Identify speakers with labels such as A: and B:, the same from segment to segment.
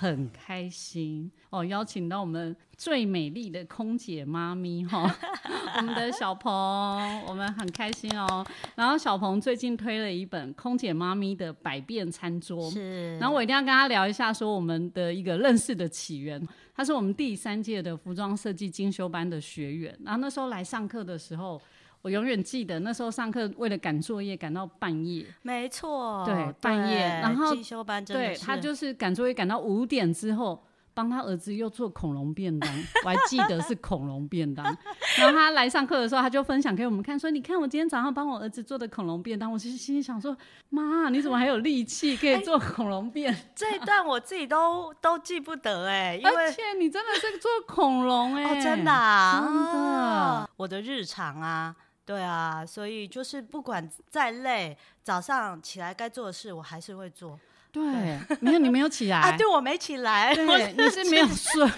A: 很开心哦，邀请到我们最美丽的空姐妈咪哈、我们的小鹏，我们很开心哦。然后小鹏最近推了一本《空姐妈咪的百变餐桌》，
B: 是，
A: 然后我一定要跟他聊一下，说我们的一个认识的起源。他是我们第三届的服装设计精修班的学员，然后那时候来上课的时候，我永远记得那时候上课为了赶作业赶到半夜，
B: 没错，
A: 对半夜然后
B: 进修班真的
A: 对
B: 是，
A: 他就是赶作业赶到五点之后。帮他儿子又做恐龙便当，我还记得是恐龙便当。 然后他来上课的时候，他就分享给我们看，说：“你看我今天早上帮我儿子做的恐龙便当。”我其实心里想说：“妈，你怎么还有力气
B: 哎
A: 可以做恐龙便
B: 这一段我自己都都记不得哎、 因
A: 而
B: 为
A: 且你真的是做恐龙哎、
B: 哦，真的、啊，
A: 真的
B: 啊我的日常啊，对啊，所以就是不管再累，早上起来该做的事我还是会做
A: 对，没有你没有起来
B: 啊。对，我没起来，我
A: 对，你是没有睡，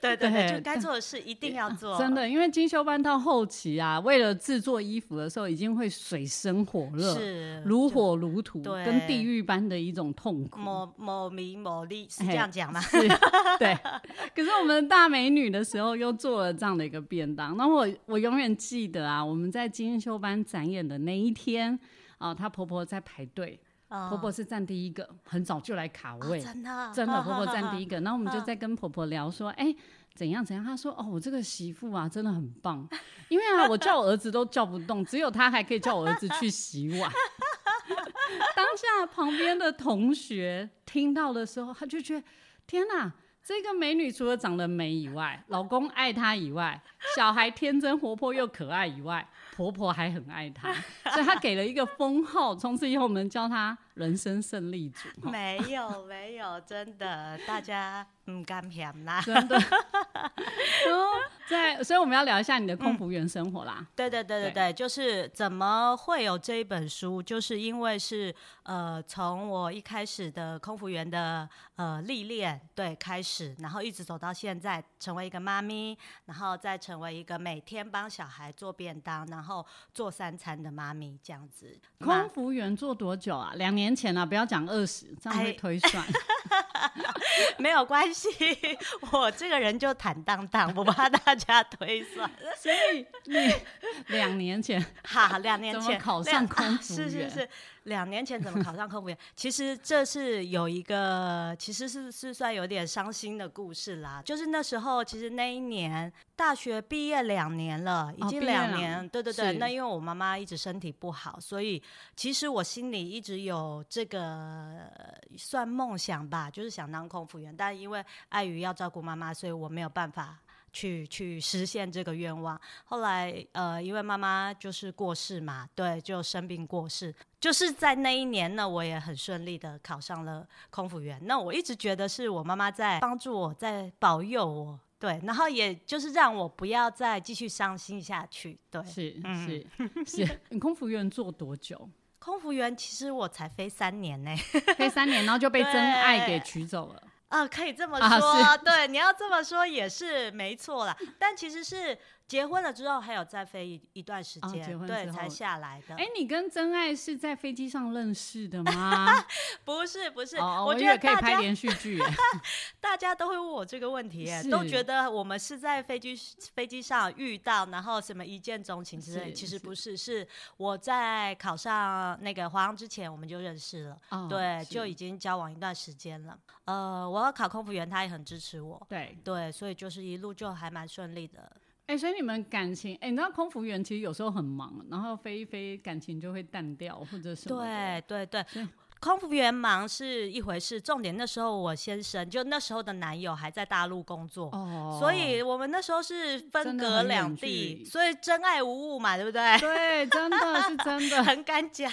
B: 对对对，
A: 对
B: 就该做的事一定要做，
A: 真的，因为精修班到后期啊，为了制作衣服的时候，已经会水深火热，
B: 是
A: 如
B: 就
A: 火如荼，
B: 对
A: 跟地狱般的一种痛苦。
B: 某某名某利是
A: 嘿
B: 这样讲吗？
A: 是，对。可是我们大美女的时候又做了这样的一个便当，那我我永远记得啊，我们在精修班展演的那一天啊，她婆婆在排队，
B: 啊
A: 婆婆是站第一个，很早就来卡
B: 啊
A: 位，
B: 真的
A: 真的，婆婆站第一
B: 个，
A: 个。然后我们就在跟婆婆聊说，哎、怎样怎样？她说，哦，我这个媳妇啊，真的很棒，因为啊，我叫我儿子都叫不动，只有她还可以叫我儿子去洗碗。 当下旁边的同学听到的时候，他就觉得，天哪、这个美女除了长得美以外，老公爱她以外，小孩天真活泼又可爱以外，婆婆还很爱她，所以她给了一个封号。从此以后，我们叫她“人生胜利组”哦。
B: 没有没有，真的，大家唔敢嫌 啦。
A: 真 的。然后在，所以我们要聊一下你的空
B: 嗯
A: 服员生活啦。
B: 对对对对对，就是怎么会有这一本书，就是因为是呃，从我一开始的空服员的呃历练对开始，然后一直走到现在，成为一个妈咪，然后再成为一个每天帮小孩做便当，然后做三餐的妈咪这样子。
A: 空服员做多久啊？两年前啊，不要讲二十，这样会
B: 哎
A: 推 算。
B: 没有关系， 我这个人就坦荡荡，不怕大家推算。
A: 所以你两年 前，
B: 哈，两年
A: 怎么
B: 前
A: 考
B: 两
A: 上空
B: 啊
A: 服
B: 是是
A: 员
B: 是，两年前怎么考上空服员？ 其实这是有一个，其实是是算有点伤心的故事啦。就是那时候，其实那一年大学毕业两年了，已
A: 哦
B: 经
A: 毕业
B: 两
A: 两
B: 年，
A: 年
B: 对对
A: 是
B: 对。那因为我妈妈一直身体不好，所以其实我心里一直有这个呃算梦想吧，就是想当空服员，但因为碍于要照顾妈妈，所以我没有办法。去去实现这个愿望。后来，呃，因为妈妈就是过世嘛，对，就生病过世。就是在那一年呢，我也很顺利的考上了空服员。那我一直觉得是我妈妈在帮助我，在保佑我，对，然后也就是让我不要再继续伤心下去。对，
A: 是
B: 嗯
A: 是 是，你空服员做多久？
B: 空服员其实我才飞三年呢、
A: 飞三年，然后就被真爱给取走了。
B: 啊，可以这么
A: 啊
B: 说，
A: 是
B: 对，你要这么说也是没错啦。但其实是结婚了之后，还有再飞一一段时
A: 哦结
B: 间，
A: 婚
B: 对，
A: 之
B: 才
A: 后
B: 下来的。
A: 哎，你跟真爱是在飞机上认识的吗？
B: 不是不 是，
A: 哦，
B: 我
A: 我
B: 觉
A: 以
B: 得
A: 为可以
B: 大
A: 拍
B: 家
A: 连续 剧耶。
B: 大家都会问我这个问题耶，
A: 是
B: 都觉得我们是在飞机飞机上遇到，然后什么一见钟情之类的。
A: 是
B: 其
A: 是
B: 实不是，是我在考上那个华航之前我们就认识了，
A: 哦
B: 对，
A: 是
B: 就已经交往一段时间了。呃，我要考空服员，他也很支持我，
A: 对。
B: 对，所以就是一路就还蛮顺利的。
A: 哎、所以你们感情，哎、你知道空服员其实有时候很忙，然后飞一飞，感情就会淡掉或者什么的。
B: 对对对
A: 所以，
B: 空服员忙是一回事，重点那时候我先生就那时候的男友还在大陆工作。
A: 哦
B: 所以我们那时候是分
A: 真的
B: 隔
A: 很
B: 两
A: 远距
B: 地，
A: 离
B: 所以真爱无误嘛，对不 对？
A: 对，真的是真的。所
B: 很敢讲。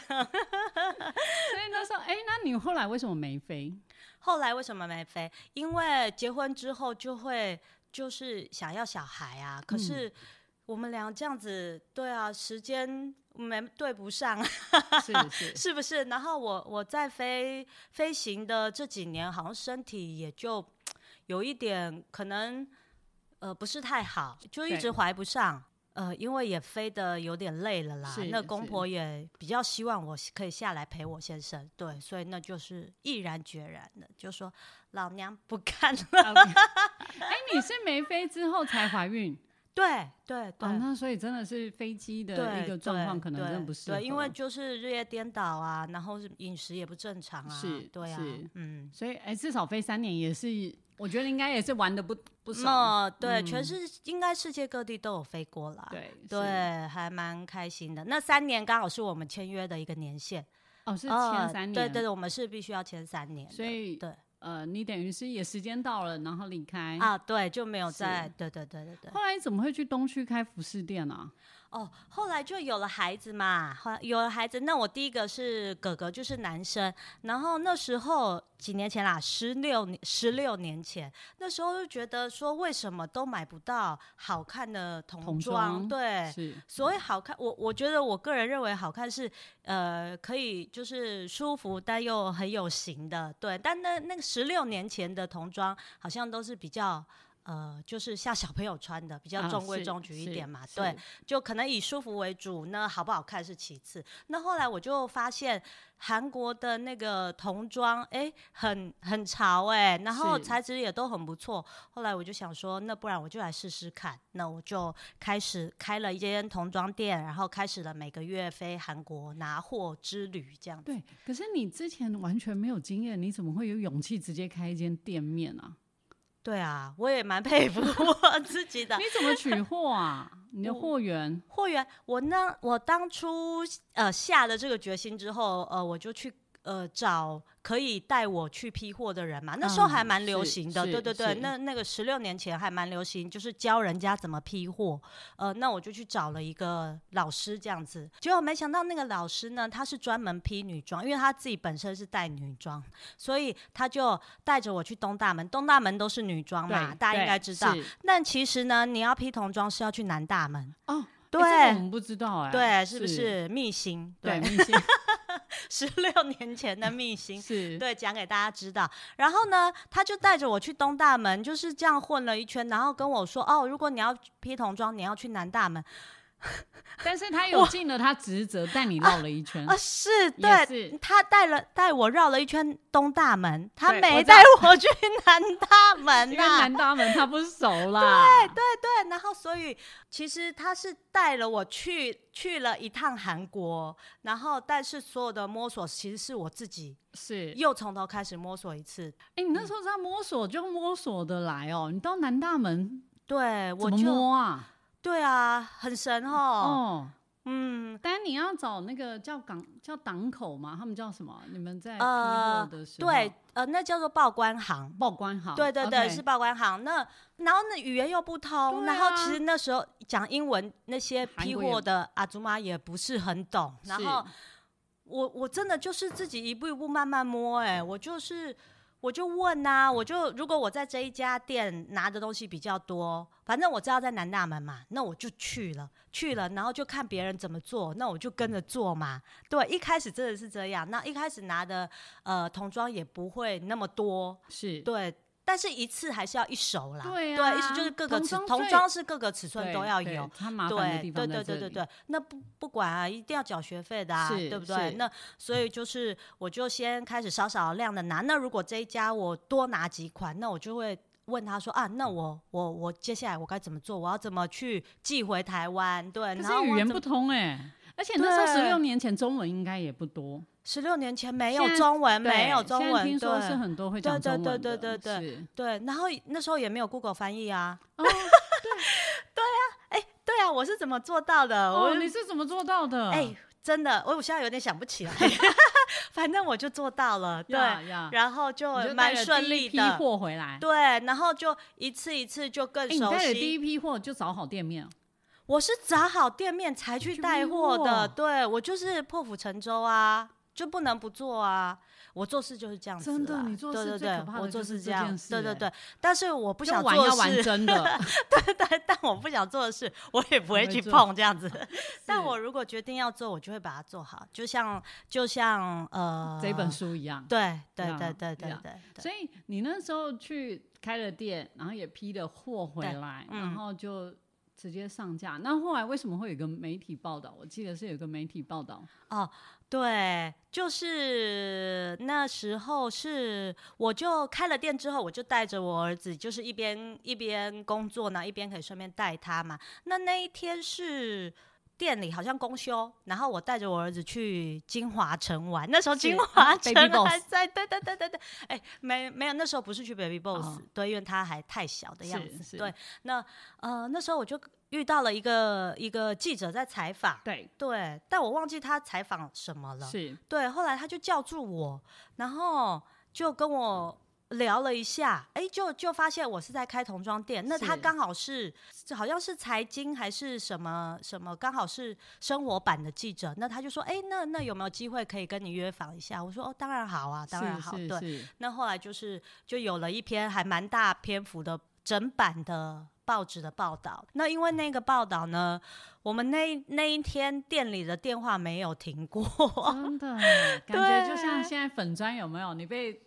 A: 以那时候，哎、那你后来为什么没飞？
B: 后来为什么没飞？因为结婚之后就会就是想要小孩啊，
A: 嗯
B: 可是我们俩这样子，对啊，时间没对不上，啊
A: 是 是，
B: 是不是？然后我我在飞飞行的这几年，好像身体也就有一点可能呃不是太好，就一
A: 对
B: 直怀不上。呃，因为也飞得有点累了啦
A: 是，
B: 那公
A: 是
B: 婆也比较希望我可以下来陪我先生，对，所以那就是毅然决然的，就说老娘不 干了。
A: 哎，你是没飞之后才怀孕
B: 对对对、
A: 哦，那所以真的是飞机的
B: 对
A: 一个状况
B: 对
A: 可能真的
B: 对
A: 不适合。
B: 对，因为就是日夜颠倒啊，然后是饮食也不正常啊，
A: 是
B: 对啊
A: 是，
B: 嗯。
A: 所以哎，至少飞三年也是，我觉得应该也是玩的不不少。
B: 那对，全世应该世界各地都有飞过啦。
A: 对是
B: 对，还蛮开心的。那三年刚好是我们签约的一个年限，
A: 哦，是
B: 呃
A: 前三年，
B: 对对对，我们是必须要签三年的。
A: 所以
B: 对
A: 呃，你等于是也时间到了，然后离开。
B: 啊，对，就没有
A: 哎是
B: 在。对对对对对。
A: 后来怎么会去东区开服饰店啊？
B: 哦，后来就有了孩子嘛，后来有了孩子，那我第一个是哥哥，就是男生。然后那时候几年前啦，十六年十六年前，那时候就觉得说，为什么都买不到好看的
A: 童
B: 童
A: 装
B: 对，
A: 是
B: 所谓好看，我我觉得我个人认为好看是，呃，可以就是舒服但又很有型的，对。但那那个十六年前的童装好像都是比较，呃，就是像小朋友穿的，比较
A: 啊
B: 中规
A: 是
B: 中矩一
A: 是
B: 点嘛，
A: 是
B: 对。就可能以舒服为主，那好不好看是其次。那后来我就发现韩国的那个童装，哎、很很潮哎、然后
A: 是
B: 材质也都很不错。后来我就想说，那不然我就来试试看。那我就开始开了一间童装店，然后开始了每个月飞韩国拿货之旅这样子。
A: 对，可是你之前完全没有经验，你怎么会有勇气直接开一间店面啊？
B: 对啊，我也蛮 佩服我自己的
A: 你。怎么取货 啊？你的货源
B: 货源，我呢，我当初呃下了这个决心之后，呃，我就去呃找可以带我去批货的人嘛。那时候
A: 嗯
B: 还蛮流
A: 是
B: 行的，
A: 是
B: 对对对
A: 是，
B: 那那个十六年前还蛮流行，就是教人家怎么批货。呃，那我就去找了一个老师这样子，结果没想到那个老师呢，他是专门批女装，因为他自己本身是带女装，所以他就带着我去东大门，东大门都是女装嘛，
A: 对，
B: 大家
A: 对
B: 应该知道。
A: 是
B: 但其实呢，你要批童装是要去南大门。
A: 哦。
B: 对，
A: 哎这个我们不知道哎、
B: 对，是不？是秘辛？
A: 对，
B: 对，
A: 明 星
B: 十六年前的秘 辛。
A: 是，
B: 对，讲给大家知道。然后呢，他就带着我去东大门，就是这样混了一圈，然后跟我说：“哦，如果你要披童装，你要去南大门。
A: 但是他有尽了他职责，带你绕了一”圈。
B: 啊，是
A: 也
B: 对，
A: 是
B: 他带了带我绕了一圈东大门，他
A: 对我
B: 没
A: 知道
B: 带我去南大门
A: 因为
B: 呐、
A: 南大门他不熟啦，对
B: 啊 对，然后所以其实他是带了我去去了一趟韩国，然后但是所有的摸索其实是我自己
A: 是。
B: 又从头开始摸索一次。
A: 哎、你那时候在摸索就摸索的来哦、你到南大门
B: 对，
A: 怎
B: 我
A: 么
B: 就
A: 摸啊？
B: 对啊，很神哦。
A: 哦，
B: 嗯，
A: 但你要找那个叫港叫档口嘛，他们叫什么？你们在批货
B: 呃
A: 的时候，
B: 对，，呃，那叫做报关行。
A: 报关好，
B: 对对对
A: OK
B: 是报关行。那然后那语言又不通，
A: 对
B: 然后
A: 啊
B: 其实那时候讲英文那些
A: 韩
B: 批
A: 国也
B: 货的阿祖妈也不是很懂，然
A: 是
B: 后我我真的就是自己一步一步慢慢摸、哎，我就是我就问呐、我就如果我在这一家店拿的东西比较多，反正我知道在南大门嘛，那我就去了，去了，然后就看别人怎么做，那我就跟着做嘛。对，一开始真的是这样，那一开始拿的呃童装也不会那么多，
A: 是，
B: 对。但是一次还是要一手啦，
A: 对啊
B: 对，意思就是各个
A: 童
B: 尺
A: 装
B: 童
A: 最
B: 装是各个尺寸
A: 对
B: 都要
A: 对
B: 有，
A: 他麻烦的
B: 对
A: 地
B: 对
A: 方
B: 对
A: 在这
B: 对
A: 里，
B: 对对，那不不管啊，一定要缴学费的啊，
A: 是
B: 对不对
A: 是？嗯
B: 那所以就是我就先开始少少量的拿。那如果这一家我多拿几款，那我就会问他说啊，那
A: 嗯
B: 我我我接下来我该怎么做？我要怎么去寄回台湾？对，
A: 可
B: 然后
A: 是语言不通哎、而且那时候十
B: 对
A: 六年前中文应该也不多，
B: 十六年前没有
A: 现在
B: 中文，
A: 对
B: 呃没有中
A: 现在
B: 文，
A: 听说
B: 对
A: 是很多会讲
B: 对
A: 中文的，
B: 对对对对
A: 是
B: 对，然后那时候也没有 Google 翻译啊。
A: 哦
B: 对啊，哎，对啊，我是怎么做到的？我
A: 哦，你是怎么做到的？
B: 哎、真的，我我现在有点想不起 来，反正我就做到了，对，
A: 呀呀，
B: 然后就
A: 你就带
B: 蛮
A: 了
B: 顺
A: 第一
B: 利
A: 批
B: 的，
A: 货回来。
B: 对，然后就一次一次就更
A: 哎，你
B: 熟
A: 带了第
B: 悉。
A: 一批货就找好店面，
B: 我是找好店面才去
A: 去
B: 带
A: 批
B: 货
A: 货
B: 的，对我就是破釜沉舟啊，就不能不做啊。我做事就是这样子啦，
A: 真的你做
B: 对
A: 事
B: 对
A: 最
B: 对
A: 可怕
B: 我
A: 的
B: 做
A: 就是
B: 事
A: 这
B: 样，
A: 件事
B: 对对
A: 欸
B: 对。但是我不
A: 不
B: 想
A: 玩
B: 做
A: 要玩
B: 事，
A: 真的，
B: 但但我不想做的事，我也不会
A: 会
B: 去
A: 做
B: 碰这样子。但
A: 是
B: 我如果决定要做，我就会把它做好，就像就像呃
A: 这本，书一样。
B: 对对
A: 呀
B: 对对对
A: 呀
B: 对对，
A: 所以你那时候去开了店，然后也批了货回
B: 对
A: 来，
B: 嗯
A: 然后就直接上架。那后来为什么会有一个媒体报道？我记得是有一个媒体报道，
B: 哦，对，就是那时候是，我就开了店之后，我就带着我儿子，就是一边一边工作呢，一边可以顺便带他嘛。那那一天是。店里好像公休，然后我带着我儿子去金华城玩。那时候金
A: 是
B: 华
A: 啊
B: 城
A: ，Baby Boss
B: 还在，对对对对对，哎、没没有，那时候不是去 Baby Boss，、
A: 哦
B: 对，因为他还太小的样
A: 是
B: 子。
A: 是
B: 对，那呃那时候我就遇到了一个一个记者在采访，
A: 对，
B: 对，但我忘记他采访什么了。
A: 是
B: 对，后来他就叫住我，然后就跟我聊了一下，哎，就就发现我是在开童装店。那他
A: 是
B: 刚好是这好像是财经还是什么什么，刚好是生活版的记者。那他就说，哎，那那有没有机会可以跟你约访一下？我说，哦，当然好啊，当然好。
A: 是
B: 对，
A: 是
B: 那后来就是就有了一篇还蛮大篇幅的整版的报纸的报道。那因为那个报道呢，我们那那一天店里的电话没有停过，
A: 真 的感觉就像
B: 哦对啊
A: 现在粉砖有没有？你 被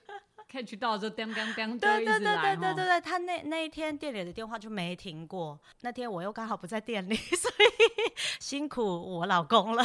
A: catch 到就叮叮叮就
B: 对
A: 一
B: 对
A: 直
B: 对
A: 来
B: 对对对
A: 哦。
B: 对，他那那一天店里的电话就没停过。那天我又刚好不在店里， 所以辛苦我老公了。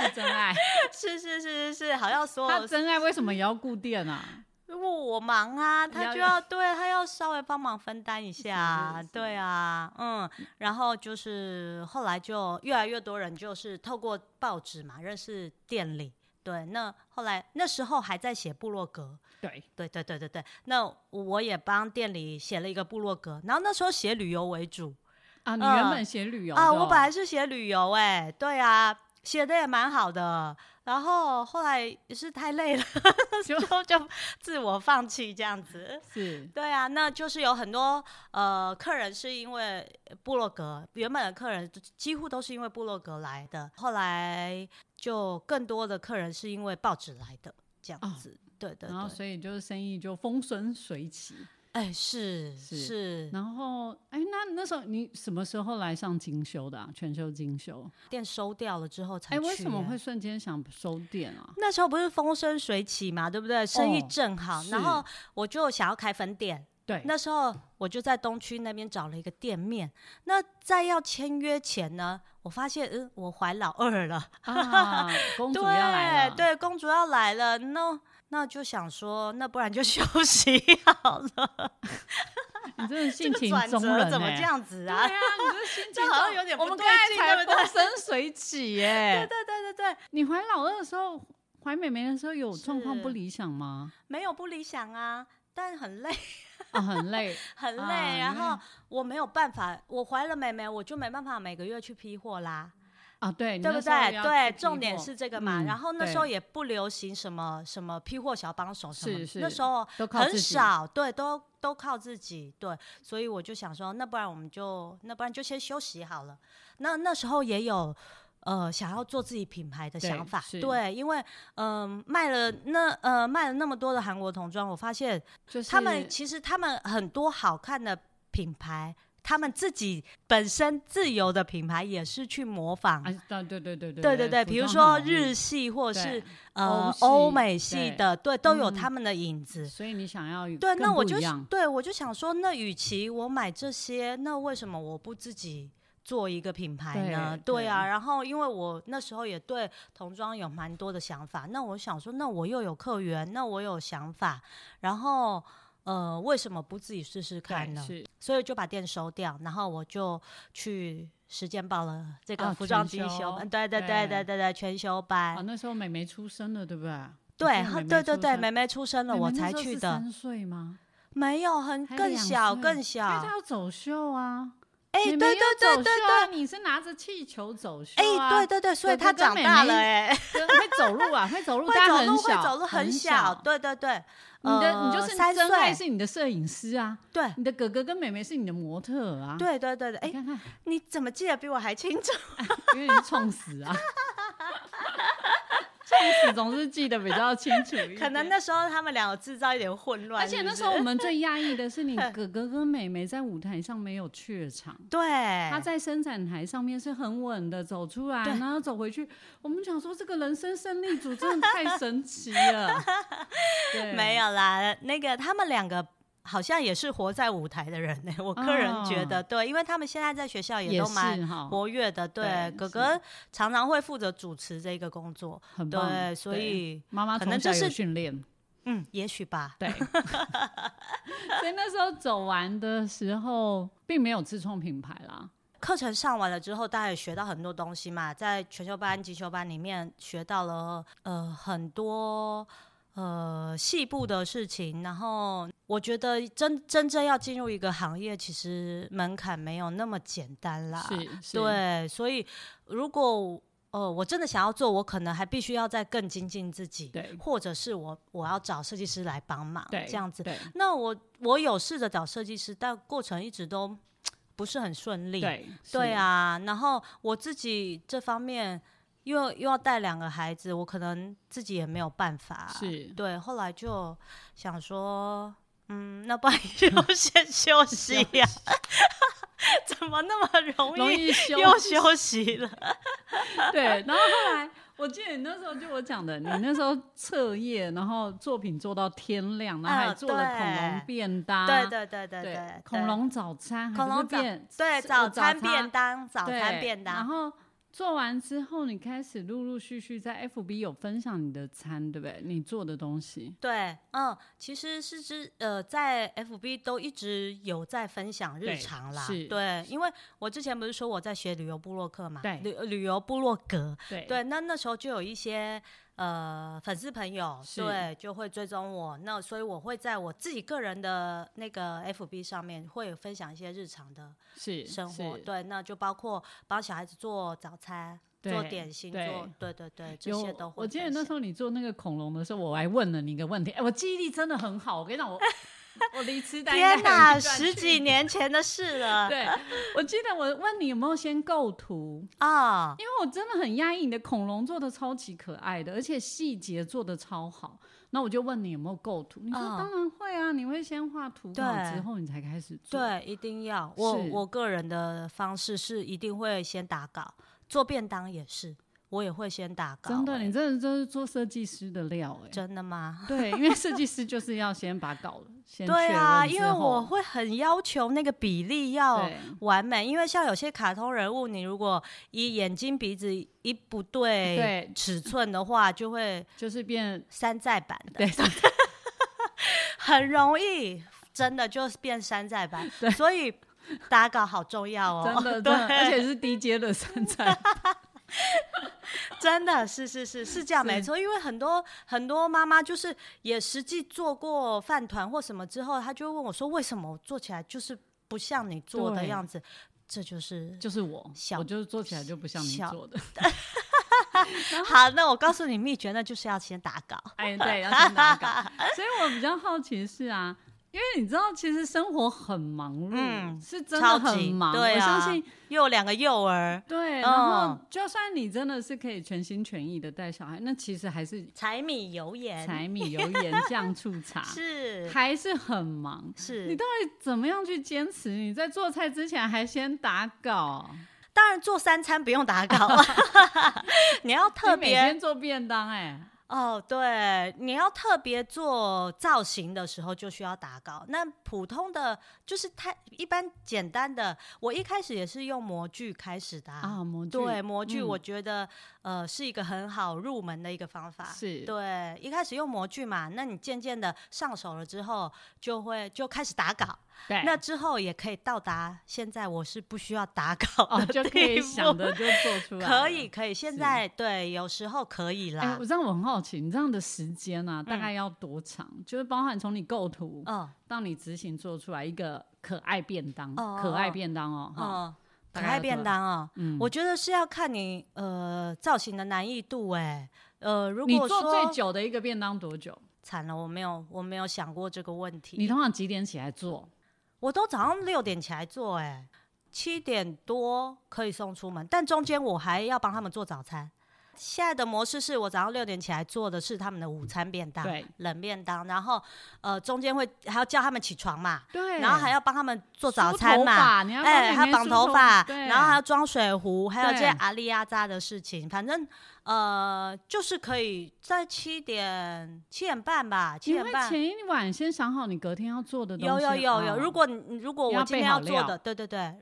A: 是真 爱。
B: 啊是是是是是，好像所
A: 他
B: 有
A: 真爱为什么也要顾店啊？
B: 如果我忙啊，
A: 要
B: 他就要对他要稍微帮忙分担一
A: 是
B: 下
A: 是，
B: 对啊，嗯，然后就是后来就越来越多人就是透过报纸嘛认识店里，对，那后来那时候还在写部落格，
A: 对，
B: 对对对对对，那我也帮店里写了一个部落格，然后那时候写旅游为主
A: 啊，你
B: 嗯
A: 原本写旅游
B: 啊，
A: 的
B: 我
A: 哦
B: 本来是写旅游哎、对啊，写的也蛮好的，然后后来也是太累了，
A: 就
B: 就就自我放弃这样子。
A: 是
B: 对啊，那就是有很多呃客人是因为部落格，原本的客人几乎都是因为部落格来的，后来就更多的客人是因为报纸来的这
A: 哦
B: 样子。对对
A: 然后
B: 对，
A: 所以就是生意就风生水起。
B: 哎，是
A: 是
B: 是，
A: 然后哎，那那时候你什么时候来上精修的、啊？全修精修？
B: 店收掉了之后才
A: 哎，
B: 去。
A: 为什么
B: 哎
A: 会瞬间想收店啊？
B: 那时候不是风生水起嘛，对不对？生意
A: 哦
B: 正好，
A: 是
B: 然后我就想要开分店。
A: 对，
B: 那时候我就在东区那边找了一个店面。那在要签约前呢，我发现，嗯，我怀老二了。
A: 啊，公主要来了，
B: 对，对，公主要来了，那那就想说，那不然就 休息好了。
A: 你真的
B: 这
A: 性
B: 个
A: 情
B: 转
A: 中
B: 折
A: 人
B: 怎么
A: 欸
B: 这样 子
A: 对
B: 啊
A: 啊，？你这心情
B: 这好像
A: 中
B: 有点
A: 我
B: 不
A: 们
B: 对
A: 刚
B: 劲
A: 才才
B: 对不对
A: 风生水起耶
B: 对。对对对对，
A: 你怀老二的时候，怀妹妹的时候有状况不
B: 是
A: 理想吗？
B: 没有不理想啊，但很累
A: 啊，很累，
B: 很累，
A: 啊
B: 然
A: 那
B: 后我没有办法，我怀了妹妹，我就没办法每个月去批货啦。
A: 啊，对，
B: 对不对？对，重点是
A: 是
B: 这个嘛。
A: 嗯
B: 然后那时候
A: 对
B: 也不流行什么什么批货小帮手什么，
A: 是是
B: 那时候
A: 都靠
B: 很
A: 自己
B: 少，对，都都靠自己，对。所以我就想说，那不然我们就那不然就先休息好了。那那时候也有。呃，想要做自己品牌的
A: 对
B: 想法，
A: 是
B: 对，因为嗯、卖了那呃卖了那么多的韩国童装，我发现
A: 就是
B: 他们其实他们很多好看的品牌，他们自己本身自由的品牌也是去模仿
A: 啊，对对对对
B: 对
A: 对
B: 对对，比如说日系或
A: 对
B: 是呃
A: 欧
B: 欧
A: 系
B: 美系
A: 对
B: 的，对，都有
A: 嗯
B: 他们的影子。
A: 所以你想要有
B: 对，
A: 更
B: 那我
A: 不一
B: 就
A: 样
B: 对我就想说，那与其我买这些，那为什么我不自己？做一个品牌呢，
A: 对
B: 对啊，
A: 对
B: 然后因为我那时候也对童装有蛮多的想法，那我想说，那我又有客源，那我有想法，然后呃，为什么不自己试试看
A: 对
B: 呢？
A: 是
B: 所以就把店收掉，然后我就去实践报了这
A: 啊
B: 个服装
A: 全
B: 精修
A: 修
B: 班，对对
A: 对
B: 对对对对，全修班
A: 啊，，那时候妹妹出生了，对不对？
B: 哎对
A: 我记得妹妹
B: 对对
A: 出
B: 对，
A: 生
B: 妹妹出生了
A: 妹
B: 我
A: 妹那
B: 才
A: 时候
B: 去
A: 是
B: 的，
A: 三岁吗？
B: 没有很
A: 还
B: 更
A: 两
B: 小
A: 岁
B: 更
A: 因为
B: 小
A: 她，要走秀啊。
B: 哎，
A: 妹
B: 对
A: 妹要
B: 对对
A: 走
B: 对
A: 秀
B: 对，
A: 啊你是拿着气球走秀啊？
B: 哎对对对，所以
A: 哥
B: 她
A: 哥
B: 长
A: 妹
B: 大
A: 妹
B: 了哎，
A: 对，会走路啊，会走路，
B: 会
A: 但
B: 走
A: 很
B: 路会
A: 小
B: 走路
A: 很
B: 小，。对对对，
A: 你的
B: 呃
A: 你就是
B: 三
A: 真爱
B: 岁，
A: 是你的摄影师啊，
B: 对
A: 你的哥哥跟妹妹是你的模特儿啊。，
B: 对对对对，
A: 你
B: 哎，
A: 看看，
B: 你怎么记得比我还清楚？
A: 因为你是创始啊，创始总是记得比较清楚一点。
B: 可能那时候他们俩有制造一点混乱，
A: 而且
B: 是不
A: 那时候
B: 是
A: 我们最压抑的是， 你哥哥跟妹妹在舞台上没有怯场，
B: 对，
A: 他在伸展台上面是很稳的走出来，
B: 哎对
A: 然后走回去。我们想说，这个人生胜利 组真的太神奇了。对，
B: 没有啦，那个他们两个好像也是活在舞台的人呢、我个人觉得，
A: 哦
B: 对，因为他们现在在学校也
A: 也
B: 都蛮
A: 是哈，
B: 活跃的。对
A: 对，
B: 哥
A: 是
B: 哥常常会负责主持这个工作，
A: 很棒。
B: 对，所以
A: 妈妈
B: 可
A: 从
B: 能
A: 小
B: 这
A: 有
B: 是
A: 训练，
B: 嗯，也许吧。
A: 对。 所以那时候走完的时候，并没有自创品牌啦。
B: 课程上完了之后，大家也学到很多东西嘛，在全修班、进修班里面学到了呃很多呃细部的事情。然后我觉得真真正要进入一个行业，其实门槛没有那么简单啦。
A: 是，是，
B: 对，所以如果呃我真的想要做，我可能还必须要再更精进自己，
A: 对
B: 或者是我我要找设计师来帮忙，
A: 对，
B: 这样子。
A: 对，
B: 那我我有试着找设计师，但过程一直都不是很顺利。
A: 对，
B: 对
A: 是，
B: 啊，然后我自己这方面又又要带两个孩子，我可能自己也没有办法。
A: 是
B: 对，后来就想说，嗯，那不然 就先休息呀、 怎么那么容
A: 容
B: 易
A: 易修
B: 又休息了？
A: 对，然后后 来我记得你那时候就我讲的，你那时候彻夜，然后作品做到天亮，然后
B: 嗯
A: 还做了恐龙
B: 对
A: 便当，
B: 对对对对
A: 啊对
B: 对，
A: 恐龙早餐，还
B: 恐
A: 不
B: 龙
A: 是
B: 早
A: 便
B: 对
A: 是
B: 早
A: 呃
B: 餐便当，早
A: 对
B: 餐便
A: 然
B: 当，
A: 后做完之后，你开始陆陆续续在 FB 有分享你的餐，对不对？你做的东西，
B: 对，嗯，其实是之呃，在 FB 都一直有在分享日
A: 对
B: 常啦，
A: 是
B: 对，因为我之前不是说我在学旅游部落客嘛，
A: 对
B: 旅旅游部落格，
A: 对
B: 对，那那时候就有一些呃粉丝朋友，
A: 是
B: 对，就会追踪我，那所以我会在我自己个人的那个 FB 上面会分享一些日常的
A: 是
B: 生活，
A: 是
B: 对，那就包括帮小孩子做早餐、做
A: 对
B: 点心、
A: 对
B: 做，对对对，这
A: 有
B: 些都会分享。
A: 我记得那时候你做那个恐龙的时候，我还问了你一个问题，哎，我记忆力真的很好，我跟你 讲，我我离痴呆应该
B: 天哪，
A: 有一段
B: 十
A: 距
B: 几
A: 离
B: 年前的事了。
A: 对，我记得我问你有没有先构图，
B: 啊，
A: 因为我真的很压抑，你的恐龙做的超级可爱的，而且细节做的超好。那我就问你有没有构图，你说
B: 嗯
A: 当然会啊，你会先画图稿
B: 对
A: 之后你才开始做。
B: 对，一定要。我
A: 是
B: 我个人的方式是一定会先打稿，做便当也是，我也会先打稿欸、
A: 真的，你真的就是做设计师的 料哎、
B: 真的吗？
A: 对，因为设计师就是要先把稿先
B: 对
A: 确
B: 啊，
A: 认之
B: 因为我哦
A: 后
B: 会很要求那个比例要
A: 对
B: 完美，因为像有些卡通人物，你如果一眼睛鼻子一不对
A: 对，
B: 尺寸的话，就会
A: 就是变
B: 山寨版的。
A: 对
B: 很容易，真的就是变山寨版，所以打稿好重要哦，
A: 真 的真
B: 对，
A: 的，而且是低阶的山 寨，
B: 真的是是是是这样
A: 是
B: 没错，因为很多很多妈妈就是也实际做过饭团或什么之后，她就会问我说，为什么我做起来就是不像你做的
A: 对
B: 样子？这就是
A: 就是我，
B: 小
A: 我就是做起来就不像你
B: 小
A: 做的。
B: 好，那我告诉你秘诀，那就是要先打稿。
A: 哎，对，要先 打稿。所以我比较好奇是啊，因为你知道，其实生活很忙碌，
B: 嗯
A: 是真的
B: 超
A: 很
B: 级
A: 忙。
B: 对啊
A: 我相信，
B: 又有两个幼儿，
A: 对。
B: 嗯
A: 然后，就算你真的是可以全心全意的带小孩，那其实还是
B: 柴米油盐
A: 柴 米油盐酱醋茶，
B: 是
A: 还是很忙。
B: 是，
A: 你到底怎么样去坚持？你在做菜之前还先打稿，
B: 当然做三餐不用打 稿， 你要特
A: 你每
B: 别
A: 天做便当、哎，
B: 哦，对，你要特别做造型的时候就需要打稿。那普通的就是太一般简单的，我一开始也是用模具开始的啊、
A: 啊，模具
B: 对，模具
A: 嗯
B: 我觉得、呃是一个很好入门的一个方法。
A: 是
B: 对，一开始用模具嘛，那你渐渐的上手了之后，就会就开始打稿。
A: 对，
B: 那之后也可以到达现在，我是不需要打稿
A: 哦
B: 的
A: 就可
B: 地
A: 以
B: 步
A: 想的就做出来，
B: 可以，。可以，现
A: 是
B: 在对，有时候可以
A: 哎、
B: 啦
A: 我。这样我很好奇，你这样的时间啊，大
B: 嗯
A: 概要多长？就是包含从你构图
B: 嗯
A: 到你执行做出来一个可爱便当，
B: 哦
A: 可爱
B: 哦
A: 便当哦，哈、
B: 嗯，
A: 大
B: 可
A: 概
B: 爱
A: 要
B: 便
A: 多
B: 当哦，
A: 嗯，
B: 我觉得是要看你呃造型的难易度哎、呃，如
A: 你
B: 果
A: 做最
B: 说
A: 久的一个便当多久？
B: 惨了，我没有我没有想过这个问
A: 你
B: 题，
A: 通常几点起来做？
B: 我都早上六点起来做哎、7七点多可以送出门，但中间我还要帮他们做早餐，现在的模式是我早上六点起来做的是他们的午餐便当
A: 对，
B: 冷便当，然后呃中间会还要叫他们起床嘛，
A: 对，
B: 然后还要帮他们做
A: 梳
B: 早餐
A: 头
B: 嘛，
A: 发，你要帮
B: 哎，
A: 妹
B: 还
A: 妹
B: 有绑
A: 梳
B: 头发，
A: 对
B: 然后还要装水壶，还有这些
A: 对
B: 阿里阿扎的事情，反正呃就是可以在七点七点半吧，七
A: 你
B: 点
A: 会
B: 半。
A: 前一晚先想好你隔天要做的东
B: 有
A: 西
B: 有有有，
A: 哦
B: 如果你如果
A: 要
B: 我今
A: 备
B: 天
A: 好
B: 要做
A: 料
B: 的，对对对，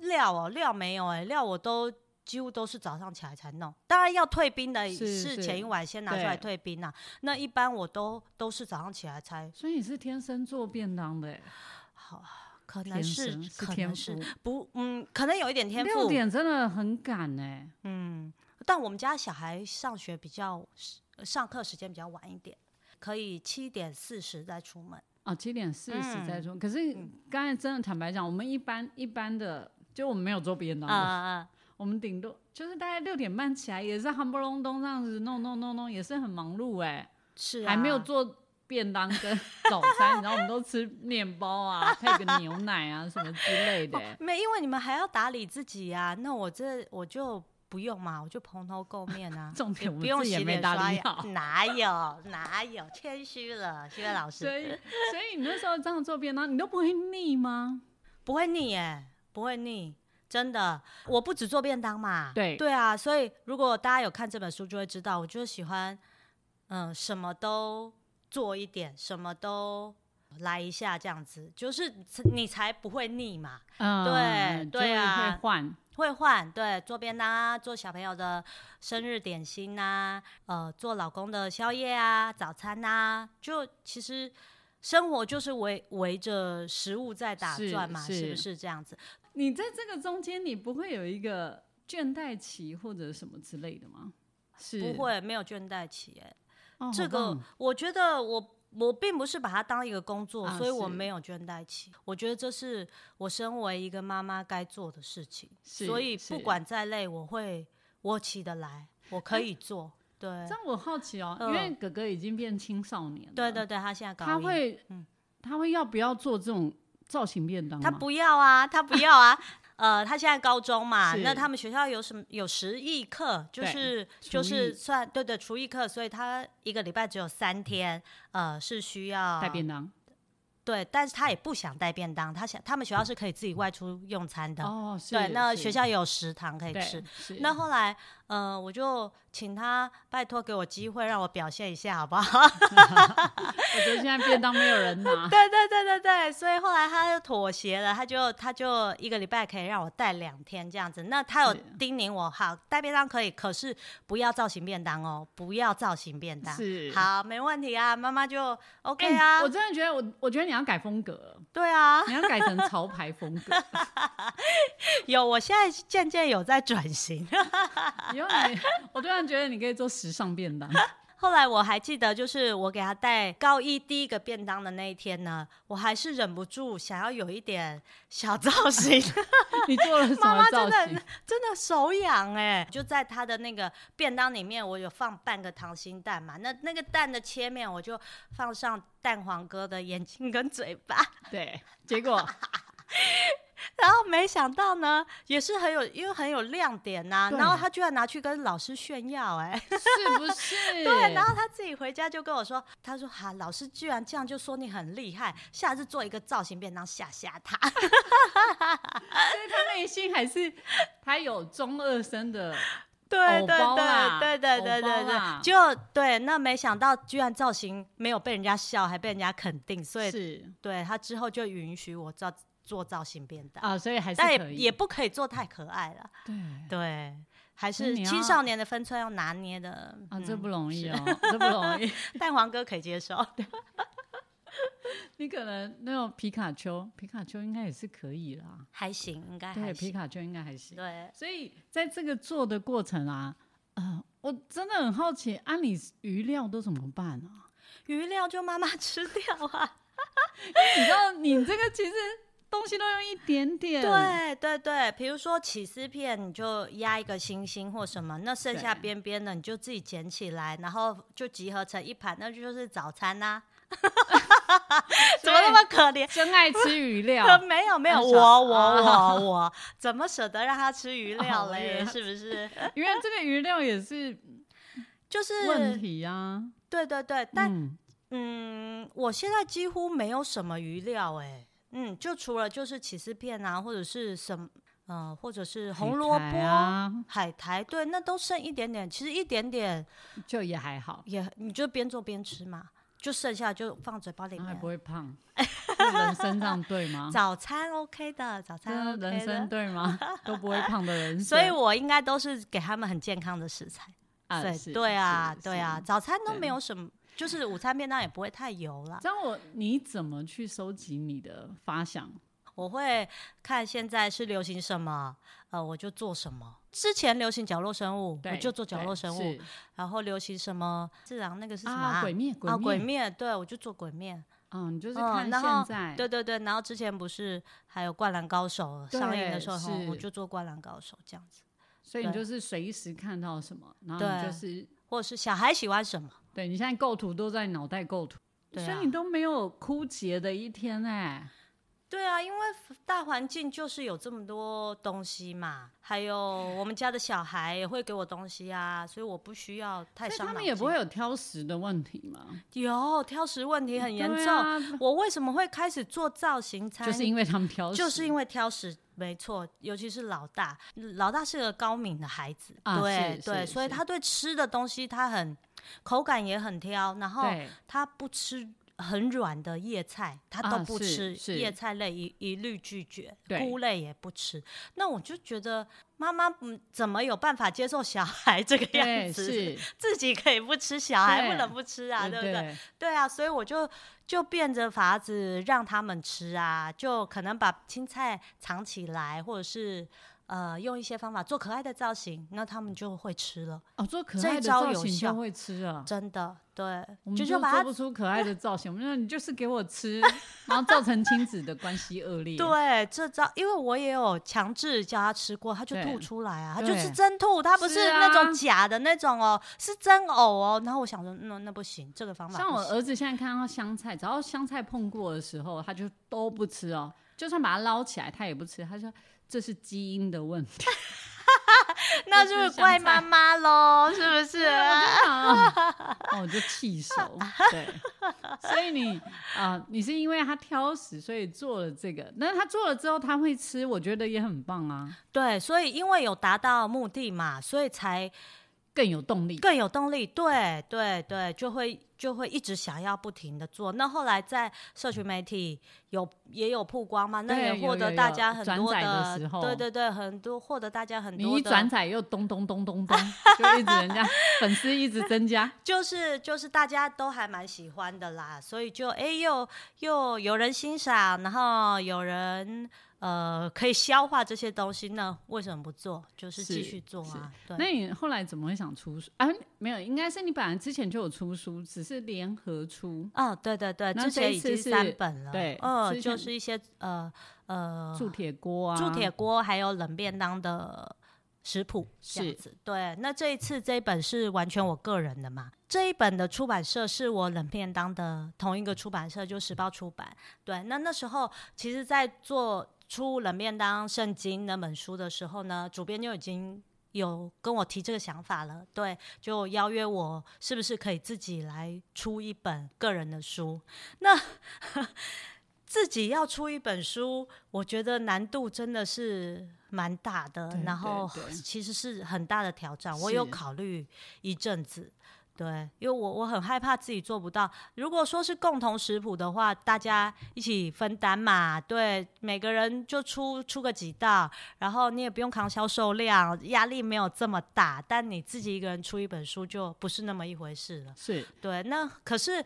B: 料哦料没有哎、料我都几乎都是早上起来才弄，当然要退冰的
A: 是
B: 是
A: 是
B: 前一晚先拿出来
A: 对
B: 退冰啊。那一般我都都是早上起来才
A: 所以你是天生做便当的欸，
B: 好，可能
A: 天
B: 是
A: 生是
B: 可
A: 天
B: 能
A: 赋
B: 是。不嗯，可能有一点天
A: 六
B: 赋，
A: 点真的很赶哎、
B: 嗯，但我们家小孩上学比较上课时间比较晚一点，可以七点四十再出门。
A: 哦，七点四十再
B: 嗯
A: 说。可是刚才真的坦白讲，我们一般一般的，就我们没有做便当的，
B: 啊、
A: 我们顶多就是大概六点半起来，也是夯不隆咚这样子弄弄弄弄，也是很忙碌哎、
B: 是、啊、
A: 还没有做便当跟早餐，然后我们都吃面包啊， 配个牛奶啊什么之类的、欸。
B: 没，因为你们还要打理自己呀、那我这我就不用嘛，我就蓬头垢面啊
A: ，重点
B: 也
A: 我
B: 不
A: 们
B: 用
A: 自己也
B: 洗
A: 没
B: 脸
A: 打
B: 刷
A: 理
B: 牙
A: 好，
B: 哪有哪有，谦 虚了，徐悦老
A: 所以
B: 师
A: 所以你那时候这样做便当，你都不会腻吗？
B: 不会腻耶、不会腻。真的，我不只做便当嘛，
A: 对
B: 对啊，所以如果大家有看这本书，就会知道，我就是喜欢，嗯、什么都做一点，什么都来一下，这样子，就是你才不会腻嘛。
A: 嗯，
B: 对
A: 就
B: 对
A: 会
B: 啊
A: 会换，
B: 会换，对，做便当啊，做小朋友的生日点心呐、呃，做老公的宵夜啊，早餐呐、就其实生活就是围围着食物在打
A: 是
B: 转嘛，是
A: 是
B: 不是这样子？
A: 你在这个中间，你不会有一个倦怠期或者什么之类的吗？是
B: 不，会，没有倦怠期、哎，
A: 哦、
B: 这
A: 好
B: 个
A: 棒
B: 我觉得我。我并不是把它当一个工作，
A: 啊
B: 所以我
A: 是
B: 没有倦怠期。我觉得这是我身为一个妈妈该做的事情，
A: 是
B: 所以
A: 是
B: 不管再累，我会我起得来，我可以做。对
A: 啊这，样我好奇哦，因
B: 嗯
A: 为哥哥已经变青少年了，
B: 对对，对，他现在高
A: 他
B: 一
A: 会、
B: 嗯
A: 他会要不要做这种造型便当吗？
B: 他不要啊，他不要啊。 呃，他现在高中嘛，
A: 是
B: 那他们学校有什么有十艺课，就
A: 对
B: 是
A: 厨
B: 就
A: 艺
B: 是算对对厨艺课，所以他一个礼拜只有三天，呃，是需要
A: 带便当、
B: 对，但是他也不想带便当，他想他们学校是可以自己外出用餐的，
A: 哦，是
B: 对，那
A: 是
B: 学校也有食堂可以
A: 对
B: 吃，
A: 是
B: 那后来，呃，我就请他拜托给我机会让我表现一下，好不好？，
A: 我觉得现在便当没有人拿
B: 对对对对对，所以后来他就妥协了，他就他就一个礼拜可以让我带两天这样子。那他有
A: 是
B: 叮咛我，好带便当可以，可是不要造型便当哦，不要造型便当。
A: 是。
B: 好，没问题啊，妈妈就 OK
A: 哎
B: 啊，
A: 我真的觉得我，我觉得你要改风格了，
B: 对啊，
A: 你要改成潮牌风格。
B: 有，我现在渐渐有在转型。
A: 以后你， 我突然觉得你可以做时尚便 当。
B: 后来我还记得，就是我给他带高一第一个便当的那一天呢，我还是忍不住想要有一点小造 型，
A: 你做了什
B: 妈
A: 么
B: 妈真
A: 造
B: 的
A: 型？
B: 真的手痒哎、就在他的那个便当里面，我有放半个溏心蛋嘛，那那个蛋的切面我就放上蛋黄哥的眼睛跟嘴巴，
A: 对，结 果
B: 然后没想到呢，也是很有，因为很有亮点呐、
A: 对
B: 然后他居然拿去跟老师炫耀哎、
A: 是不 是？
B: 对，然后他自己回家就跟我说，他说哈、老师居然这样就说你很厉害，下次做一个造型便当吓吓他。
A: 所以他内心还是他有中二生的，
B: 对
A: 偶
B: 对
A: 包啦
B: 对对对
A: 偶
B: 对
A: 包
B: 对对
A: 啦，
B: 就对，那没想到居然造型没有被人家笑，还被人家肯定，所以
A: 是
B: 对他之后就允许我造做造型便当，
A: 啊，所以还是
B: 但
A: 可
B: 也
A: 以。
B: 也不可以做太可爱了，
A: 对
B: 对，还
A: 所以
B: 是
A: 你要
B: 青少年的分寸要拿捏的
A: 啊，这
B: 嗯
A: 不容易
B: 是
A: 哦， 这不容易。
B: 蛋黄哥可以接受，
A: 你可能那种皮卡丘，皮卡丘应该也是可以啦。
B: 还行，应该
A: 对，
B: 还
A: 皮
B: 行，
A: 卡丘应该还行。
B: 对。
A: 所以在这个做的过程啊，呃，我真的很好奇，啊，你鱼料都怎么办啊？
B: 鱼料就妈妈吃掉啊。
A: 你知道，你这个其实东西都用一点点。
B: 对对对，比如说起司片，你就压一个星星或什么，那剩下
A: 对
B: 边边的你就自己捡起来，然后就集合成一盘，那就是早餐啦、怎么那么可怜？呃
A: 真爱吃鱼料，
B: 没有没有，
A: 很
B: 我
A: 少
B: 我
A: 啊
B: 我 我怎么舍得让他吃鱼料
A: 哦我以
B: 嘞？
A: 为
B: 是不是？
A: 因为这个鱼料也是
B: 就 是
A: 问题啊。
B: 对对对，但
A: 嗯
B: 嗯，我现在几乎没有什么鱼料哎、嗯，就除了就是起司片啊，或者是什么，呃，或者是红萝
A: 海
B: 卜、
A: 苔啊，
B: 海苔，对，那都剩一点点，其实一点点
A: 就也还好，
B: 也，你就边做边吃嘛，就剩下就放嘴巴里
A: 然后还
B: 面
A: 不。会 胖，是人生这样对吗？
B: 早餐 OK 的，早餐
A: 这
B: OK 的，
A: 人生对吗？都不会胖的 人生，
B: 所以我应该都是给他们很健康的食材。
A: 啊
B: 对
A: 是
B: 对啊
A: 是，
B: 对啊，
A: 是
B: 早餐都
A: 对
B: 没有什么，就是午餐便当也不会太油啦。
A: 这样我你怎么去收集你的发想？
B: 我会看现在是流行什么，呃，我就做什么。之前流行角落生物，我
A: 对，
B: 就做角落
A: 对
B: 生物。
A: 是
B: 然后流行什么自然那个是什么
A: 啊，鬼灭，
B: 啊，鬼
A: 灭，
B: 灭，对我就做鬼灭。
A: 嗯，你就是
B: 嗯
A: 看
B: 然后
A: 现在，
B: 对对对，然后之前不是还有《灌篮高手》上映的
A: 对
B: 时候，我
A: 是
B: 就做《灌篮高手》这样子，
A: 所以你
B: 对
A: 就是随时看到什么，然后你
B: 对
A: 就是
B: 或者是小孩喜欢什么，
A: 对你现在构图都在脑袋构图，
B: 对
A: 所
B: 啊
A: 以你都没有枯竭的一天哎、
B: 对啊，因为大环境就是有这么多东西嘛，还有我们家的小孩也会给我东西啊，所以我不需要太
A: 所以
B: 伤脑
A: 他
B: 筋。
A: 们也不会有挑食的问题嘛，
B: 有挑食问题很严
A: 对
B: 重。
A: 啊
B: 我为什么会开始做造型餐？
A: 就是因为他们挑食，
B: 就是因为挑食，没错，尤其是老大，老大是个高敏的孩子，
A: 啊
B: 对
A: 是
B: 对，
A: 是
B: 所
A: 是
B: 以他对吃的东西他很口感也很挑，然后
A: 对
B: 他不吃很软的叶菜，他
A: 啊
B: 都不吃，
A: 是是
B: 叶菜类一一律拒绝，
A: 对
B: 菇类也不吃。那我就觉得妈妈嗯怎么有办法接受小孩这个 样
A: 对
B: 子？
A: 是，
B: 自己可以不吃，小孩
A: 对
B: 不能不吃啊，对
A: 对
B: 不对？对啊，所以我就就变着法子让他们吃啊，就可能把青菜藏起来，或者是呃用一些方法做可爱的造型，那他们就会吃了。
A: 哦，做可
B: 这
A: 爱的
B: 招
A: 造
B: 有
A: 型
B: 效
A: 就会吃了。
B: 真的，对
A: 我，们就
B: 就就
A: 做
B: 把它
A: 不出可爱 的造型，我们说你就是给我吃， 然后造成亲子的关系恶劣。
B: 对啊这招，因为我也有强制叫他吃过，他就
A: 对
B: 吐出来啊，他
A: 对
B: 就是真吐，他不
A: 是
B: 是那种
A: 啊
B: 假的那种哦，是真呕哦。然后我想说，那那不行，这个方法
A: 像
B: 不
A: 我
B: 行
A: 儿子现在看到香菜，只要香菜碰过的时候，他就都不吃哦，就算把它捞起来，他也不吃。他说这是基因的问题。
B: 那
A: 就是
B: 不是
A: 香菜
B: 怪妈妈喽？是 不是？
A: 啊，哦我就气手。
B: 啊
A: 对，所以你啊、你是因为他挑食，所以做了这个。那他做了之后，他会吃，我觉得也很棒啊，
B: 对，所以因为有达到目的嘛，所以才
A: 更有动力。
B: 更有动力。对对对，就会就会一直想要不停的做。那后来在社群媒体有也有曝光嘛，那
A: 对
B: 也
A: 有
B: 获得
A: 有
B: 大
A: 有
B: 家很
A: 转
B: 多
A: 载的时候
B: 对对对，很多获得大家很
A: 你
B: 多
A: 一转
B: 的，
A: 载又咚咚咚咚咚，就一直人 家粉丝一直增加。
B: 就是就是大家都还蛮喜欢的啦，所以就哎又又有人欣赏，然后有人。呃，可以消化这些东西，那为什么不做？就是继
A: 是
B: 续做
A: 是
B: 啊。对，
A: 那你后来怎么会想出书啊？没有，应该是你本来之前就有出书，只是联合出
B: 哦，对对对，
A: 那
B: 之
A: 这
B: 前
A: 一
B: 已
A: 次
B: 经
A: 是
B: 三本了，
A: 对
B: 呃，
A: 之
B: 就
A: 前
B: 是一些呃呃
A: 铸铁锅啊，
B: 铸铁锅还有冷便当的食谱这样
A: 是
B: 子。对，那这一次这一本是完全我个人的嘛，这一本的出版社是我冷便当的同一个出版社，就时报出版。对，那那时候其实，在做出冷便当圣经那本书的时候呢，主编就已经。有跟我提这个想法了，对，就邀约我是不是可以自己来出一本个人的书？那 自己要出一本书，我觉得难度真的是蛮大的，
A: 对
B: 然后
A: 对对
B: 其实是很大的挑战。我有
A: 是
B: 考虑一阵子，对，因为我我很害怕自己做不到。如果说是共同食谱的话，大家一起分担嘛，对，每个人就出出个几道，然后你也不用扛销售量，压力没有这么大。但你自己一个人出一本书就不是那么一回事了。
A: 是。
B: 对，那可是，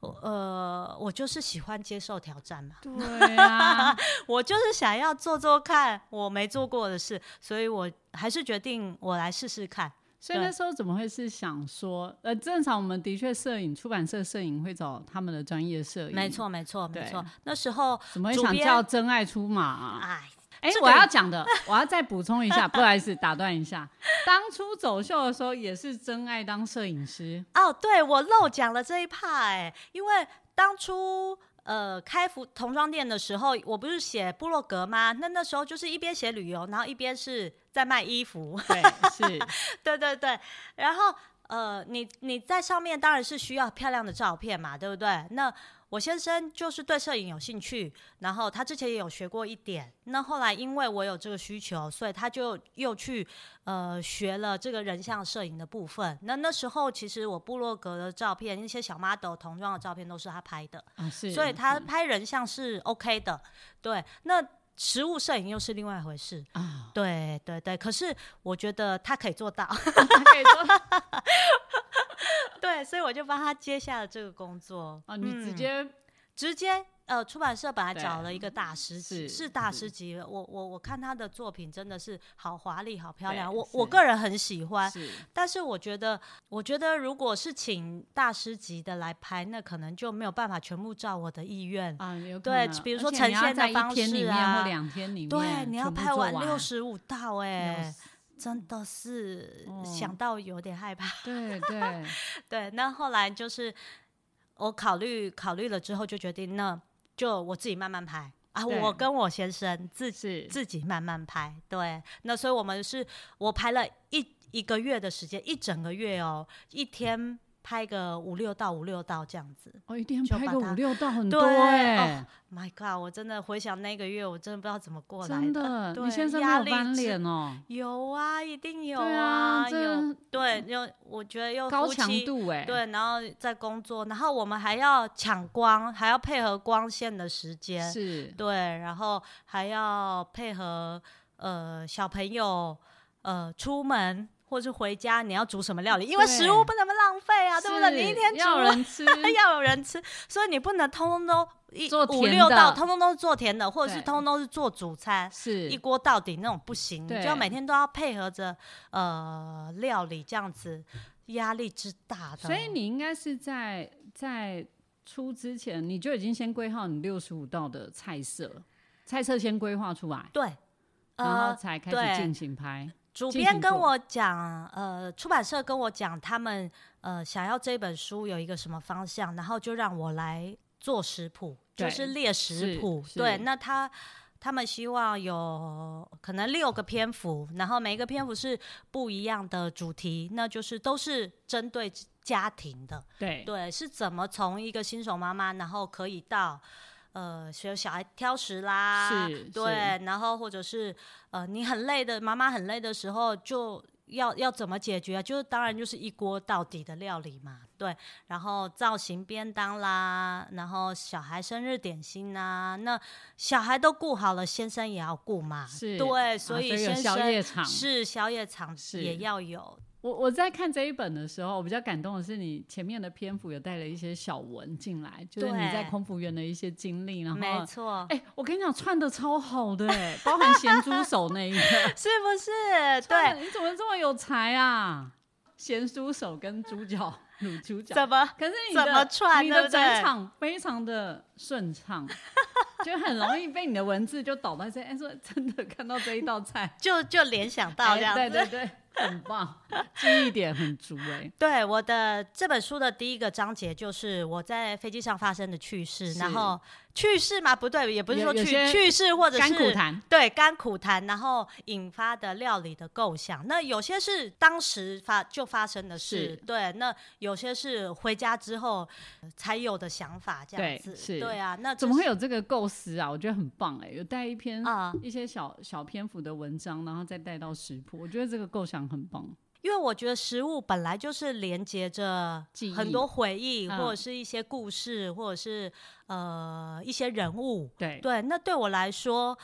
B: 呃，我就是喜欢接受挑战嘛，
A: 对啊，
B: 我就是想要做做看我没做过的事，所以我还是决定我来试试看。
A: 所以那时候怎么会是想说，呃，正常我们的确摄影出版社摄影会找他们的专业摄影，
B: 没，错，没错，没
A: 对
B: 错。那时候，
A: 怎么会
B: 主
A: 想
B: 编
A: 叫真爱出马、啊？
B: 哎，
A: 哎、
B: 这个
A: 我要讲的，我要再补充一下，不好意思，打断一下。当初走秀的时候，也是真爱当摄影师，
B: 哦，对我漏讲了这一趴哎、因为当初呃开服童装店的时候，我不是写部落格吗？那那时候就是一边写旅游，然后一边是在卖衣服。
A: 对，是，
B: 对对对，然后呃，你你在上面当然是需要漂亮的照片嘛，对不对？那我先生就是对摄影有兴趣，然后他之前也有学过一点。那后来因为我有这个需求，所以他就又去呃学了这个人像摄影的部分。那那时候其实我部落格的照片，一些小 model 童装的照片都是他拍的，
A: 啊是，
B: 所以他
A: 是
B: 拍人像是 OK 的。对，那实物摄影又是另外一回事。
A: 啊，
B: 对对对，可是我觉得他可以做到，
A: 他可以说
B: 对，所以我就帮他接下了这个工作。
A: 啊，你直
B: 嗯
A: 接
B: 直接呃，出版社本来
A: 对
B: 找了一个大师
A: 是
B: 级，
A: 嗯
B: 是大
A: 是
B: 师级。我我我看他的作品真的是好华丽、好漂亮，
A: 对
B: 我
A: 是
B: 我个人很喜欢。
A: 是
B: 但是我觉得，我觉得如果是请大师级的来拍，那可能就没有办法全部照我的意愿。
A: 啊，有可
B: 对
A: 能
B: 比如
A: 而
B: 说
A: 且
B: 呈
A: 你要
B: 现的
A: 在一
B: 方
A: 天里
B: 式
A: 面
B: 啊
A: 或两天里面，
B: 对，你要
A: 全部
B: 拍
A: 做
B: 完
A: 完
B: 六，十五道哎、
A: 六十
B: 真的是、
A: 哦
B: 想到有点害怕。
A: 对 对，
B: 对，那后来就是我考虑考虑了之后，就决定那就我自己慢慢拍啊，
A: 对
B: 我跟我先生自
A: 是
B: 自己慢慢拍。对，那所以我们是我排了一一个月的时间，一整个月哦，一天拍个五六道五六道这样子。
A: 哦，一天
B: 就
A: 拍
B: 把
A: 个
B: 它
A: 五六道很
B: 对哦
A: 多哎、
B: My God，我真的回想那个月，我真的不知道怎么过来
A: 真的，
B: 对
A: 你先生没
B: 压
A: 有
B: 力
A: 翻
B: 之
A: 脸哦，
B: 有啊，一定有
A: 对啊，
B: 有
A: 这
B: 对，又我觉得又
A: 高
B: 夫
A: 强
B: 妻
A: 度哎、
B: 对，然后在工作，然后我们还要抢光，还要配合光线的时间，
A: 是
B: 对，然后还要配合呃小朋友呃出门或是回家，你要煮什么料理，因为食
A: 对
B: 物不能浪费啊，对不对？你一
A: 是
B: 天哎煮
A: 要有人吃，
B: 要有人吃，所以你不能通通都一
A: 做
B: 五
A: 甜
B: 六道，
A: 的
B: 通通都是做甜的，或者是
A: 对
B: 通通都是做主餐。
A: 是
B: 一锅到底那种不行，你就要
A: 对
B: 每天都要配合着呃料理这样子，压力之大的。
A: 所以你应该是在在出之前，你就已经先规划你六十五道的菜色，菜色先规划出来，
B: 对，
A: 然后
B: 呃，
A: 才开
B: 对
A: 始进行拍。
B: 主
A: 进
B: 编
A: 行
B: 跟
A: 做
B: 我讲，呃，出版社跟我讲，他们呃想要这本书有一个什么方向，然后就让我来做食谱，就
A: 对
B: 是列食
A: 是
B: 谱。
A: 是
B: 对，那他。他们希望有可能六个篇幅，然后每一个篇幅是不一样的主题，那就是都是针对家庭的。
A: 对
B: 对，是怎么从一个新手妈妈，然后可以到呃学小孩挑食啦，
A: 是
B: 啊对，然后或者是呃你很累的，妈妈很累的时候就。要要怎么解决？啊就是当然就是一锅到底的料理嘛，对。然后造型便当啦，然后小孩生日点心啦，那小孩都顾好了，先生也要顾嘛，
A: 是
B: 对。
A: 啊
B: 所以
A: 有
B: 先
A: 宵
B: 生
A: 夜场。
B: 是宵夜场
A: 是
B: 也要有，
A: 我我在看这一本的时候，我比较感动的是你前面的篇幅有带了一些小文进来，就是你在
B: 对
A: 空服员的一些经历，然后
B: 没错。
A: 哎、我跟你讲，串的超好的、哎，包含咸猪手那一个，
B: 是不是？对
A: 串，得，你怎么这么有才啊？咸猪手跟猪脚、卤猪脚，
B: 怎么
A: 可是你
B: 怎
A: 的
B: 么串
A: 你
B: 对不
A: 的
B: 对，
A: 转场非常的顺畅，就很容易被你的文字就导到这。哎，说真的看到这一道菜
B: 就就联想到这样子？
A: 哎对对对，很棒，记忆点很足哎、
B: 对我的这本书的第一个章节就是我在飞机上发生的趣事，
A: 是
B: 然后趣事嘛，不对，也不是
A: 有
B: 说
A: 有
B: 趣
A: 些
B: 趣事或者是
A: 甘苦谈，
B: 对甘苦谈，然后引发的料理的构想。那有些是当时发就发生的事
A: 是，
B: 对；那有些是回家之后呃才有的想法，这样
A: 对
B: 子，
A: 是
B: 啊。那
A: 怎么会
B: 有
A: 有这个构思啊？我觉得很棒哎、有带一篇
B: 啊？
A: 一些小小篇幅的文章，然后再带到食谱，我觉得这个构想很棒。
B: 因为我觉得食物本来就是连接着
A: 记忆
B: 很多回忆，
A: 嗯
B: 或者是一些故事，或者是呃一些人物。
A: 对，
B: 对，那对我来说，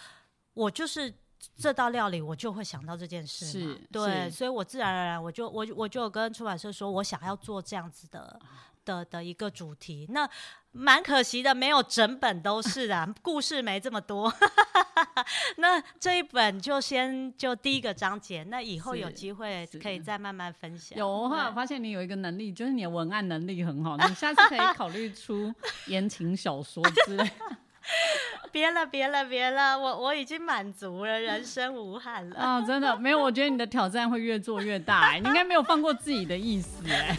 B: 我就是这道料理，我就会想到这件事嘛。
A: 是
B: 对，
A: 是
B: 所以我自然而然我就我就我就有跟出版社说我想要做这样子的的的一个主题。那蛮可惜的，没有整本都是啊， 故事没这么多。 那这一本就先就第一个章节，那以后有
A: 是
B: 机会
A: 是
B: 可以再慢慢分享。
A: 有的话，我
B: 对
A: 发现你有一个能力，就是你的文案能力很好，你下次可以考虑出言情小说之类。
B: 别了，别了，别了，我我已经满足了，人生无憾了。
A: 啊、真的没有，我觉得你的挑战会越做越大、哎，你应该没有放过自己的意欸思哎、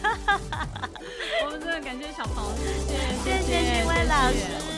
A: 我们真的感谢小朋友，谢
B: 谢谢
A: 谢
B: 徐威老师。